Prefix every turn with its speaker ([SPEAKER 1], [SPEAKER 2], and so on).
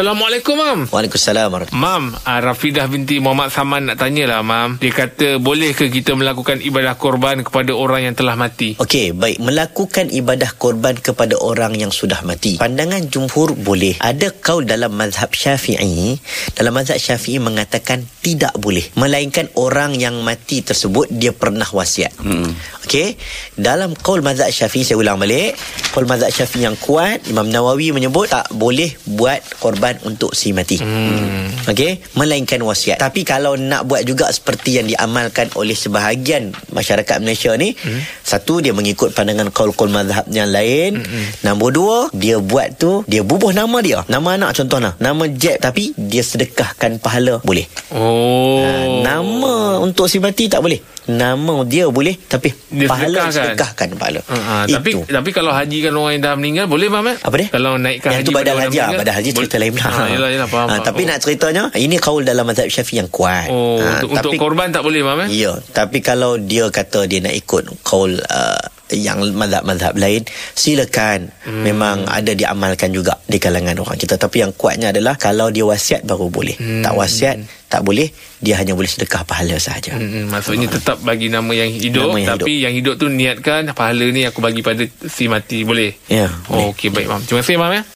[SPEAKER 1] Assalamualaikum, Mam.
[SPEAKER 2] Waalaikumsalam warahmatullahi
[SPEAKER 1] Mam, ah, Rafidah binti Muhammad Saman nak tanyalah, Mam. Dia kata, boleh ke kita melakukan ibadah korban kepada orang yang telah mati?
[SPEAKER 2] Okey, baik. Melakukan ibadah korban kepada orang yang sudah mati. Pandangan jumhur boleh. Ada kaul dalam mazhab syafi'i. Dalam mazhab syafi'i mengatakan tidak boleh. Melainkan orang yang mati tersebut, dia pernah wasiat. Hmm. Okey. Dalam kaul mazhab syafi'i, saya ulang balik. Kaul mazhab syafi'i yang kuat, Imam Nawawi menyebut tak boleh buat korban untuk si mati. Hmm. Okey. Melainkan wasiat. Tapi kalau nak buat juga seperti yang diamalkan oleh sebahagian masyarakat Malaysia ni, hmm. Satu dia mengikut pandangan kaul-kaul mazhab yang lain. Mm-hmm. Nombor dua, dia buat tu dia bubuh nama dia. Nama anak contohnya, nama Jack tapi dia sedekahkan pahala boleh.
[SPEAKER 1] Oh.
[SPEAKER 2] Oh. Nama untuk si mati tak boleh. Nama dia boleh tapi
[SPEAKER 1] Dia
[SPEAKER 2] dia pahala
[SPEAKER 1] sedekahkan.
[SPEAKER 2] sedekahkan Ha, pahala.
[SPEAKER 1] Ah, ah, tapi
[SPEAKER 2] Itu.
[SPEAKER 1] tapi kalau hajikan orang yang dah meninggal boleh mam eh?
[SPEAKER 2] Apa dia?
[SPEAKER 1] Kalau naikkan
[SPEAKER 2] Yang
[SPEAKER 1] haji
[SPEAKER 2] tu badal
[SPEAKER 1] pada orang
[SPEAKER 2] haji. ah,
[SPEAKER 1] meninggal,
[SPEAKER 2] Badal haji cerita
[SPEAKER 1] boleh.
[SPEAKER 2] lain pula.
[SPEAKER 1] Ah, yelah, yelah, faham.
[SPEAKER 2] Ah,
[SPEAKER 1] faham.
[SPEAKER 2] tapi
[SPEAKER 1] oh.
[SPEAKER 2] nak ceritanya, ini kaul dalam mazhab syafi'i yang kuat.
[SPEAKER 1] Oh,
[SPEAKER 2] Ah,
[SPEAKER 1] untuk, untuk korban tak boleh mam eh?
[SPEAKER 2] Ya, tapi kalau dia kata dia nak ikut kaul uh, yang mazhab-mazhab lain, silakan. Hmm. Memang ada diamalkan juga di kalangan orang kita. Tapi yang kuatnya adalah kalau dia wasiat baru boleh. Hmm. Tak wasiat, tak boleh. Dia hanya boleh sedekah pahala sahaja. Hmm.
[SPEAKER 1] Hmm, maksudnya tetap bagi nama yang hidup
[SPEAKER 2] Nama yang
[SPEAKER 1] tapi yang hidup tu niatkan pahala ni aku bagi pada si mati boleh.
[SPEAKER 2] Ya,
[SPEAKER 1] Oh, okey baik mam. Terima kasih mam ya.